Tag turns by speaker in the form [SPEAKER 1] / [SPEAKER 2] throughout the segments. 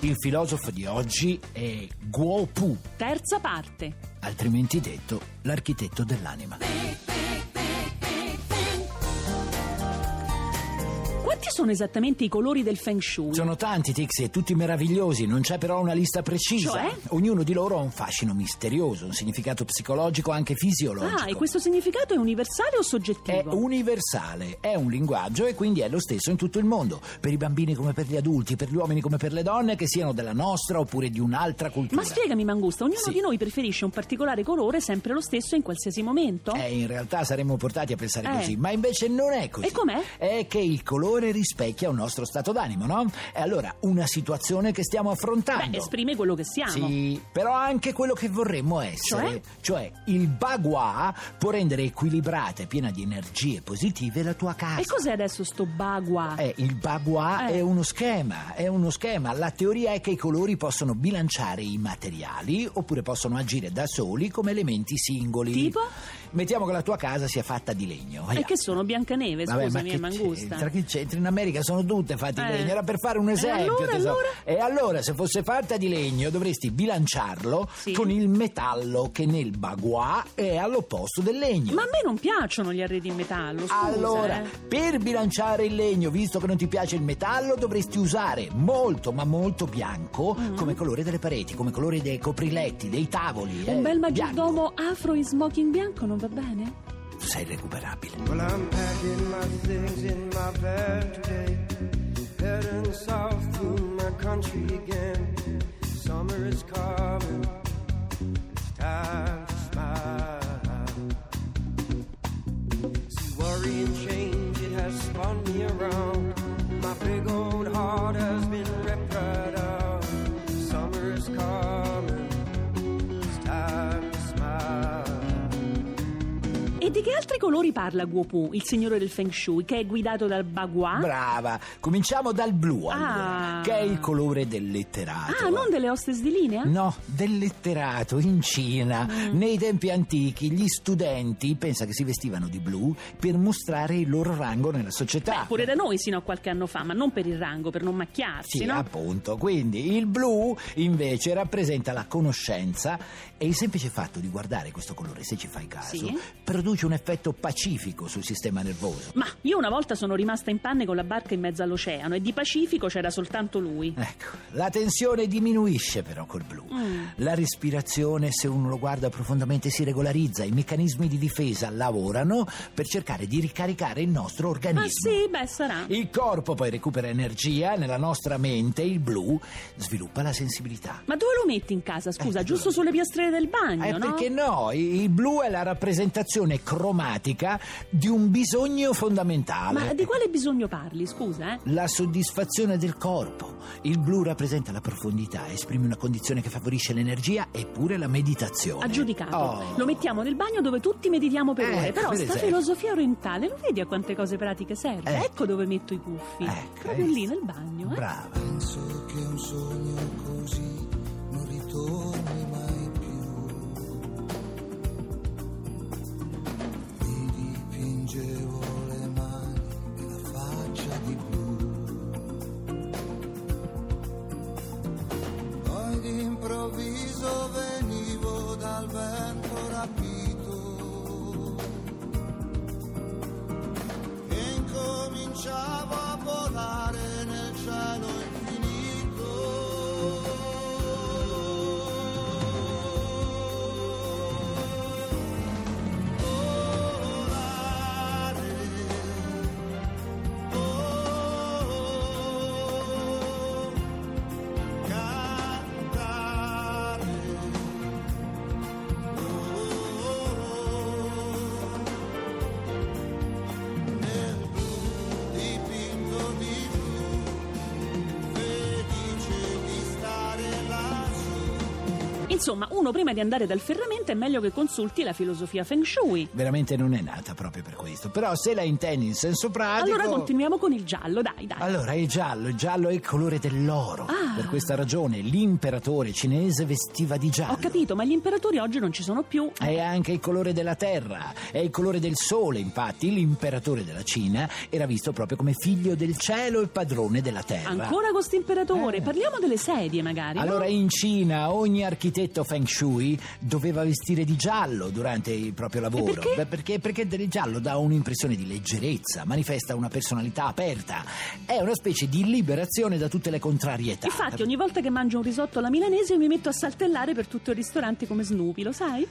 [SPEAKER 1] Il filosofo di oggi è Guo Pu,
[SPEAKER 2] Terza parte.
[SPEAKER 1] altrimenti detto l'architetto dell'anima.
[SPEAKER 2] Quanti sono esattamente i colori del Feng Shui?
[SPEAKER 1] Sono tanti Tixi e tutti meravigliosi, non c'è però una lista precisa.
[SPEAKER 2] Cioè?
[SPEAKER 1] Ognuno di loro ha un fascino misterioso, un significato psicologico anche fisiologico.
[SPEAKER 2] ah, e questo significato è universale o soggettivo?
[SPEAKER 1] È universale, è un linguaggio e quindi è lo stesso in tutto il mondo, per i bambini come per gli adulti, per gli uomini come per le donne, che siano della nostra oppure di un'altra cultura.
[SPEAKER 2] Ma spiegami, Mangusta, ognuno
[SPEAKER 1] Sì.
[SPEAKER 2] di noi preferisce un particolare colore sempre lo stesso in qualsiasi momento?
[SPEAKER 1] Eh, in realtà saremmo portati a pensare
[SPEAKER 2] Eh.
[SPEAKER 1] così, ma invece non è così.
[SPEAKER 2] E com'è?
[SPEAKER 1] È che il colore rispecchia un nostro stato d'animo, no? E allora una situazione che stiamo affrontando.
[SPEAKER 2] Beh, esprime quello che siamo.
[SPEAKER 1] Sì, però anche quello che vorremmo essere. Cioè? il bagua può rendere equilibrata e piena di energie positive la tua casa.
[SPEAKER 2] E cos'è adesso sto bagua?
[SPEAKER 1] Eh, il bagua
[SPEAKER 2] Eh.
[SPEAKER 1] è uno schema, è uno schema. La teoria è che i colori possono bilanciare i materiali oppure possono agire da soli come elementi singoli.
[SPEAKER 2] Tipo?
[SPEAKER 1] Mettiamo che la tua casa sia fatta di legno.
[SPEAKER 2] E
[SPEAKER 1] via.
[SPEAKER 2] che sono Biancaneve,
[SPEAKER 1] Vabbè, ma
[SPEAKER 2] scusami, e
[SPEAKER 1] che
[SPEAKER 2] Mangusta.
[SPEAKER 1] c'entra? Che c'entra? In America sono tutte fatte
[SPEAKER 2] Eh.
[SPEAKER 1] di legno. Era per fare un
[SPEAKER 2] E
[SPEAKER 1] esempio.
[SPEAKER 2] allora,
[SPEAKER 1] tesoro.
[SPEAKER 2] allora?
[SPEAKER 1] E allora, se fosse fatta di legno, dovresti bilanciarlo
[SPEAKER 2] Sì.
[SPEAKER 1] con il metallo che nel bagua è all'opposto del legno.
[SPEAKER 2] Ma a me non piacciono gli arredi in metallo, scusa.
[SPEAKER 1] Allora,
[SPEAKER 2] eh.
[SPEAKER 1] per bilanciare il legno, visto che non ti piace il metallo, dovresti usare molto, ma molto bianco
[SPEAKER 2] Mm.
[SPEAKER 1] come colore delle pareti, come colore dei copriletti, dei tavoli. eh,
[SPEAKER 2] Un bel
[SPEAKER 1] bianco.
[SPEAKER 2] maggiordomo afro in smoking bianco non va bene?
[SPEAKER 1] Sei recuperabile.
[SPEAKER 3] Well, I'm packing my things in my van today, heading south through my country again. Summer is coming, it's time to smile. See, worry and change, it has spun me around. My big old heart has been ripped right out. Summer is coming, it's time to smile.
[SPEAKER 2] E di che altri colori parla Guopu, il signore del Feng Shui, che è guidato dal Bagua?
[SPEAKER 1] Brava, cominciamo dal blu allora,
[SPEAKER 2] Ah.
[SPEAKER 1] che è il colore del letterato.
[SPEAKER 2] ah, non delle hostess di linea?
[SPEAKER 1] No, del letterato in Cina.
[SPEAKER 2] Mm.
[SPEAKER 1] Nei tempi antichi gli studenti pensa che si vestivano di blu per mostrare il loro rango nella società.
[SPEAKER 2] Beh, pure da noi sino a qualche anno fa, ma non per il rango, per non macchiarsi,
[SPEAKER 1] Sì,
[SPEAKER 2] no?
[SPEAKER 1] appunto. Quindi il blu invece rappresenta la conoscenza e il semplice fatto di guardare questo colore, se ci fai caso,
[SPEAKER 2] Sì.
[SPEAKER 1] produce un effetto pacifico sul sistema nervoso.
[SPEAKER 2] Ma io una volta sono rimasta in panne con la barca in mezzo all'oceano e di Pacifico c'era soltanto lui.
[SPEAKER 1] Ecco, la tensione diminuisce però col blu.
[SPEAKER 2] Mm.
[SPEAKER 1] La respirazione, se uno lo guarda profondamente, si regolarizza, i meccanismi di difesa lavorano per cercare di ricaricare il nostro organismo.
[SPEAKER 2] Ah sì, beh, sarà.
[SPEAKER 1] Il corpo poi recupera energia, nella nostra mente il blu sviluppa la sensibilità.
[SPEAKER 2] Ma dove lo metti in casa, scusa?
[SPEAKER 1] Eh,
[SPEAKER 2] Giusto sulle piastrelle del bagno,
[SPEAKER 1] Eh,
[SPEAKER 2] no?
[SPEAKER 1] perché no? I- Il blu è la rappresentazione cromatica di un bisogno fondamentale.
[SPEAKER 2] Ma di quale bisogno parli, scusa, eh?
[SPEAKER 1] La soddisfazione del corpo. Il blu rappresenta la profondità, esprime una condizione che favorisce l'energia e pure la meditazione.
[SPEAKER 2] Aggiudicato.
[SPEAKER 1] Oh.
[SPEAKER 2] Lo mettiamo nel bagno dove tutti meditiamo per
[SPEAKER 1] Ecco,
[SPEAKER 2] ore. Però
[SPEAKER 1] per
[SPEAKER 2] sta
[SPEAKER 1] esempio.
[SPEAKER 2] filosofia orientale, lo vedi a quante cose pratiche serve?
[SPEAKER 1] Ecco.
[SPEAKER 2] Ecco dove metto i puffi.
[SPEAKER 1] Ecco,
[SPEAKER 2] Proprio
[SPEAKER 1] hai
[SPEAKER 2] lì
[SPEAKER 1] visto?
[SPEAKER 2] nel bagno, eh?
[SPEAKER 1] Brava.
[SPEAKER 4] Penso che un sogno così non ritorni mai più. Mi dipingevo le mani e la faccia di blu. Poi d'improvviso venivo dal vento rapito. E incominciavo a volare nel cielo infinito.
[SPEAKER 2] Insomma, uno prima di andare dal ferramenta è meglio che consulti la filosofia Feng Shui.
[SPEAKER 1] Veramente non è nata proprio per questo. Però se la intendi in senso pratico.
[SPEAKER 2] Allora continuiamo con il giallo, dai, dai.
[SPEAKER 1] Allora, il giallo, il giallo è il colore dell'oro.
[SPEAKER 2] Ah.
[SPEAKER 1] Per questa ragione l'imperatore cinese vestiva di giallo.
[SPEAKER 2] Ho capito, ma gli imperatori oggi non ci sono più.
[SPEAKER 1] È anche il colore della terra, è il colore del sole, infatti l'imperatore della Cina era visto proprio come figlio del cielo e padrone della terra.
[SPEAKER 2] Ancora questo imperatore, parliamo delle sedie magari. no?
[SPEAKER 1] Eh. Allora in Cina ogni architetto feng shui doveva vestire di giallo durante il proprio lavoro.
[SPEAKER 2] perché?
[SPEAKER 1] Beh, perché? Perché del giallo dà un'impressione di leggerezza, manifesta una personalità aperta, è una specie di liberazione da tutte le contrarietà.
[SPEAKER 2] Infatti, ogni volta che mangio un risotto alla milanese mi metto a saltellare per tutto il ristorante come Snoopy, lo sai?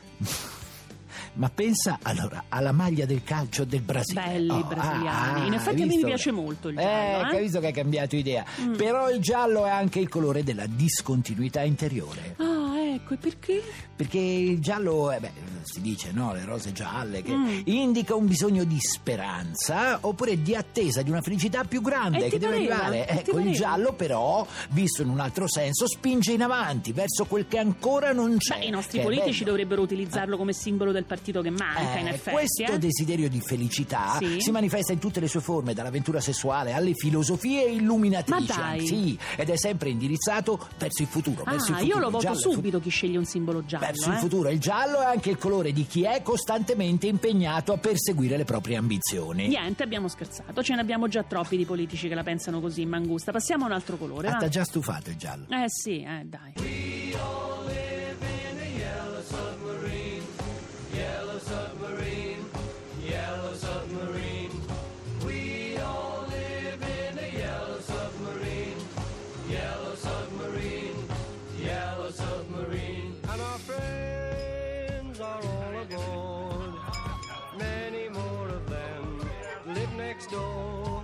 [SPEAKER 1] Ma pensa allora alla maglia del calcio del Brasile.
[SPEAKER 2] Belli i brasiliani. In effetti a me
[SPEAKER 1] hai
[SPEAKER 2] mi
[SPEAKER 1] visto?
[SPEAKER 2] piace molto il
[SPEAKER 1] Eh,
[SPEAKER 2] giallo, eh. Mm.
[SPEAKER 1] hai visto che hai cambiato idea. Però il giallo è anche il colore della discontinuità interiore.
[SPEAKER 2] Ah, ecco, e perché?
[SPEAKER 1] Perché il giallo, eh beh, si dice, no, le rose gialle, che
[SPEAKER 2] Mm.
[SPEAKER 1] indica un bisogno di speranza oppure di attesa di una felicità più grande
[SPEAKER 2] Eh, ti
[SPEAKER 1] che deve
[SPEAKER 2] pareva?
[SPEAKER 1] arrivare.
[SPEAKER 2] Eh, ti
[SPEAKER 1] Ecco, il
[SPEAKER 2] pareva?
[SPEAKER 1] giallo però, visto in un altro senso, spinge in avanti verso quel che ancora non c'è.
[SPEAKER 2] Beh, i nostri
[SPEAKER 1] Eh, che è
[SPEAKER 2] politici
[SPEAKER 1] bello.
[SPEAKER 2] dovrebbero utilizzarlo come simbolo del partito che manca, in
[SPEAKER 1] Eh,
[SPEAKER 2] effetti.
[SPEAKER 1] questo
[SPEAKER 2] eh.
[SPEAKER 1] desiderio di felicità
[SPEAKER 2] Sì.
[SPEAKER 1] si manifesta in tutte le sue forme, dall'avventura sessuale alle filosofie
[SPEAKER 2] Ma
[SPEAKER 1] illuminatrici.
[SPEAKER 2] dai.
[SPEAKER 1] anzi, Sì, ed è sempre indirizzato verso il futuro.
[SPEAKER 2] Ah,
[SPEAKER 1] verso il
[SPEAKER 2] io
[SPEAKER 1] futuro.
[SPEAKER 2] lo
[SPEAKER 1] Il
[SPEAKER 2] voto
[SPEAKER 1] giallo è fu-
[SPEAKER 2] subito chi sceglie un simbolo giallo.
[SPEAKER 1] Verso
[SPEAKER 2] eh.
[SPEAKER 1] il futuro, il giallo è anche il colore di chi è costantemente impegnato a perseguire le proprie ambizioni.
[SPEAKER 2] Niente, abbiamo scherzato. Ce ne abbiamo già troppi di politici che la pensano così in mangusta. Passiamo a un altro colore.
[SPEAKER 1] Ah,
[SPEAKER 2] va?
[SPEAKER 1] t'ha già stufato il giallo.
[SPEAKER 2] Eh sì, eh, dai.
[SPEAKER 3] and our friends are all aboard. Many more of them live next door,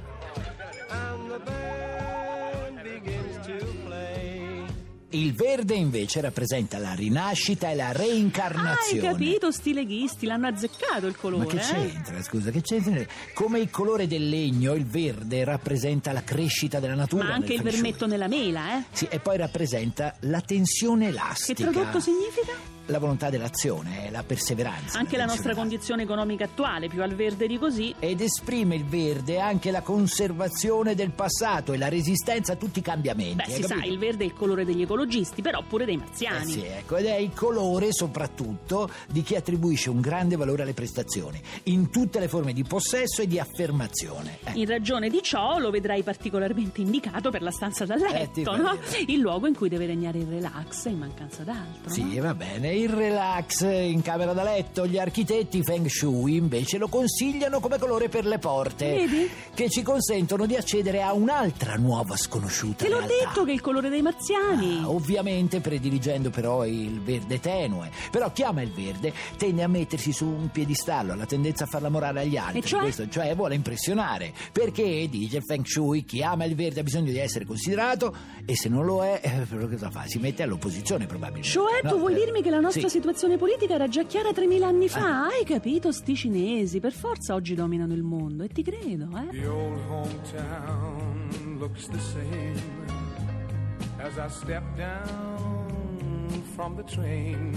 [SPEAKER 3] and the band begins to play.
[SPEAKER 1] Il verde invece rappresenta la rinascita e la
[SPEAKER 2] Ah, hai
[SPEAKER 1] reincarnazione.
[SPEAKER 2] capito, sti leghisti, l'hanno azzeccato il colore.
[SPEAKER 1] Ma che
[SPEAKER 2] eh?
[SPEAKER 1] c'entra, scusa, che c'entra? Come il colore del legno, il verde rappresenta la crescita della natura.
[SPEAKER 2] Ma anche
[SPEAKER 1] nel
[SPEAKER 2] il
[SPEAKER 1] feng shui.
[SPEAKER 2] vermetto nella mela, eh?
[SPEAKER 1] Sì, e poi rappresenta la tensione
[SPEAKER 2] Che
[SPEAKER 1] elastica.
[SPEAKER 2] tradotto significa?
[SPEAKER 1] La volontà dell'azione, eh, la perseveranza.
[SPEAKER 2] Anche la nostra
[SPEAKER 1] tensione.
[SPEAKER 2] condizione economica attuale, più al verde di così.
[SPEAKER 1] Ed esprime il verde anche la conservazione del passato e la resistenza a tutti i cambiamenti.
[SPEAKER 2] Beh,
[SPEAKER 1] hai
[SPEAKER 2] si sa,
[SPEAKER 1] capito?
[SPEAKER 2] il verde è il colore degli ecologisti, però pure dei marziani.
[SPEAKER 1] Eh sì, ecco, ed è il colore soprattutto di chi attribuisce un grande valore alle prestazioni, in tutte le forme di possesso e di affermazione. Eh.
[SPEAKER 2] In ragione di ciò lo vedrai particolarmente indicato per la stanza da
[SPEAKER 1] Eh, ti
[SPEAKER 2] letto, no?
[SPEAKER 1] pareva.
[SPEAKER 2] Il luogo in cui deve regnare il relax in mancanza d'altro.
[SPEAKER 1] Sì,
[SPEAKER 2] no?
[SPEAKER 1] va bene, il relax in camera da letto, gli architetti Feng Shui invece lo consigliano come colore per le porte,
[SPEAKER 2] Vedi?
[SPEAKER 1] che ci consentono di accedere a un'altra nuova sconosciuta.
[SPEAKER 2] Te l'ho
[SPEAKER 1] realtà.
[SPEAKER 2] detto che è il colore dei marziani.
[SPEAKER 1] Ah, ovviamente prediligendo però il verde tenue, però chi ama il verde tende a mettersi su un piedistallo, ha la tendenza a farla morale agli altri,
[SPEAKER 2] E cioè?
[SPEAKER 1] questo cioè vuole impressionare, perché dice il Feng Shui chi ama il verde ha bisogno di essere considerato e se non lo è, eh, però cosa fa? Si mette all'opposizione probabilmente.
[SPEAKER 2] Cioè,
[SPEAKER 1] no?
[SPEAKER 2] tu vuoi
[SPEAKER 1] Eh,
[SPEAKER 2] dirmi che la nostra
[SPEAKER 1] sì. Eh.
[SPEAKER 2] situazione politica era già chiara 3000 anni fa? Hai capito? Sti cinesi, per forza oggi dominano il mondo, e ti credo, eh?
[SPEAKER 5] The old hometown looks the same as I step down from the train,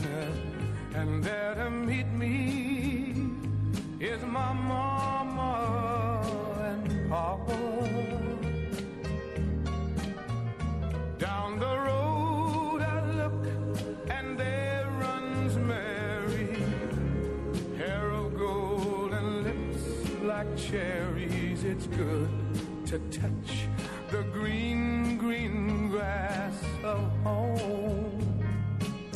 [SPEAKER 5] and there to meet me is my mama and papa. Down the road I look, and there runs Mary, hair of gold and lips like cherries. It's good to touch the green, green grass of home.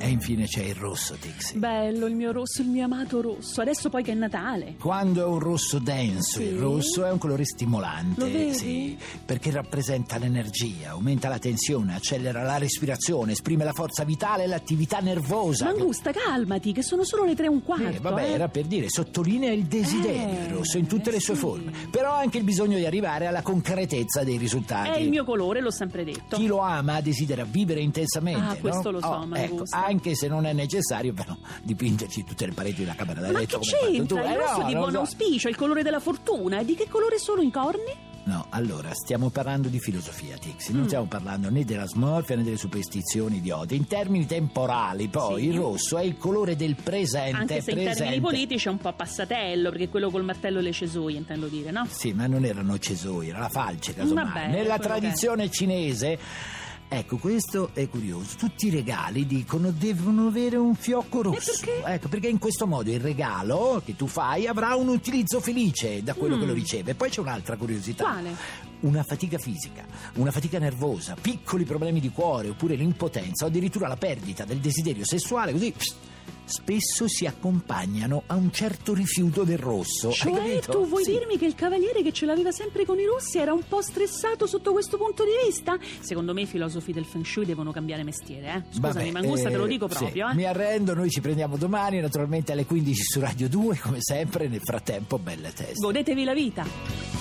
[SPEAKER 1] E infine c'è il rosso, Tixi.
[SPEAKER 2] Bello il mio rosso, il mio amato rosso. Adesso poi che è Natale.
[SPEAKER 1] Quando è un rosso denso,
[SPEAKER 2] Sì.
[SPEAKER 1] il rosso è un colore
[SPEAKER 2] Lo vedi?
[SPEAKER 1] stimolante, sì, perché rappresenta l'energia, aumenta la tensione, accelera la respirazione, esprime la forza vitale e l'attività nervosa.
[SPEAKER 2] Mangusta, calmati, che sono solo le tre e un quarto.
[SPEAKER 1] Eh, Esatto. vabbè,
[SPEAKER 2] eh.
[SPEAKER 1] era per dire, sottolinea il desiderio
[SPEAKER 2] Eh,
[SPEAKER 1] il rosso in tutte le sue
[SPEAKER 2] sì.
[SPEAKER 1] forme, però anche il bisogno di arrivare alla concretezza dei risultati.
[SPEAKER 2] È Eh, il mio colore, l'ho sempre detto.
[SPEAKER 1] Chi lo ama desidera vivere intensamente.
[SPEAKER 2] Ah, questo
[SPEAKER 1] no?
[SPEAKER 2] lo so,
[SPEAKER 1] Oh,
[SPEAKER 2] ma
[SPEAKER 1] ecco,
[SPEAKER 2] gusta.
[SPEAKER 1] anche se non è necessario però dipingerci tutte le pareti della camera da
[SPEAKER 2] Ma che
[SPEAKER 1] letto come hai fatto tu.
[SPEAKER 2] c'entra? Il
[SPEAKER 1] Eh,
[SPEAKER 2] rosso
[SPEAKER 1] no,
[SPEAKER 2] è di
[SPEAKER 1] non
[SPEAKER 2] buon
[SPEAKER 1] so.
[SPEAKER 2] auspicio, è il colore della fortuna. E di che colore sono i corni?
[SPEAKER 1] No, allora, stiamo parlando di filosofia, Tixi.
[SPEAKER 2] Mm.
[SPEAKER 1] Non stiamo parlando né della smorfia né delle superstizioni di Ode. In termini temporali, poi,
[SPEAKER 2] Sì.
[SPEAKER 1] il rosso è il colore del presente.
[SPEAKER 2] Anche se in
[SPEAKER 1] presente.
[SPEAKER 2] termini politici è un po' passatello, perché quello col martello le cesoie, intendo dire, no?
[SPEAKER 1] Sì, ma non erano cesoi, era la falce, casomai.
[SPEAKER 2] Vabbè,
[SPEAKER 1] Nella
[SPEAKER 2] quello che è.
[SPEAKER 1] tradizione cinese... Ecco, questo è curioso. Tutti i regali dicono devono avere un fiocco rosso.
[SPEAKER 2] perché?
[SPEAKER 1] Ecco, perché in questo modo il regalo che tu fai avrà un utilizzo felice da quello che lo riceve. Poi c'è un'altra curiosità.
[SPEAKER 2] Mm. Quale?
[SPEAKER 1] Una fatica fisica, una fatica nervosa, piccoli problemi di cuore oppure l'impotenza o addirittura la perdita del desiderio sessuale, così pss, spesso si accompagnano a un certo rifiuto del rosso. Hai
[SPEAKER 2] Cioè,
[SPEAKER 1] capito?
[SPEAKER 2] tu vuoi
[SPEAKER 1] Sì.
[SPEAKER 2] dirmi che il cavaliere che ce l'aveva sempre con i russi era un po' stressato sotto questo punto di vista? Secondo me i filosofi del Feng Shui devono cambiare mestiere, eh? Scusami,
[SPEAKER 1] Vabbè,
[SPEAKER 2] Mangusta, te lo
[SPEAKER 1] eh,
[SPEAKER 2] dico
[SPEAKER 1] sì,
[SPEAKER 2] proprio, eh?
[SPEAKER 1] Mi arrendo, noi ci prendiamo domani, naturalmente alle 15 su Radio 2, come sempre. Nel frattempo, belle teste.
[SPEAKER 2] Godetevi la vita!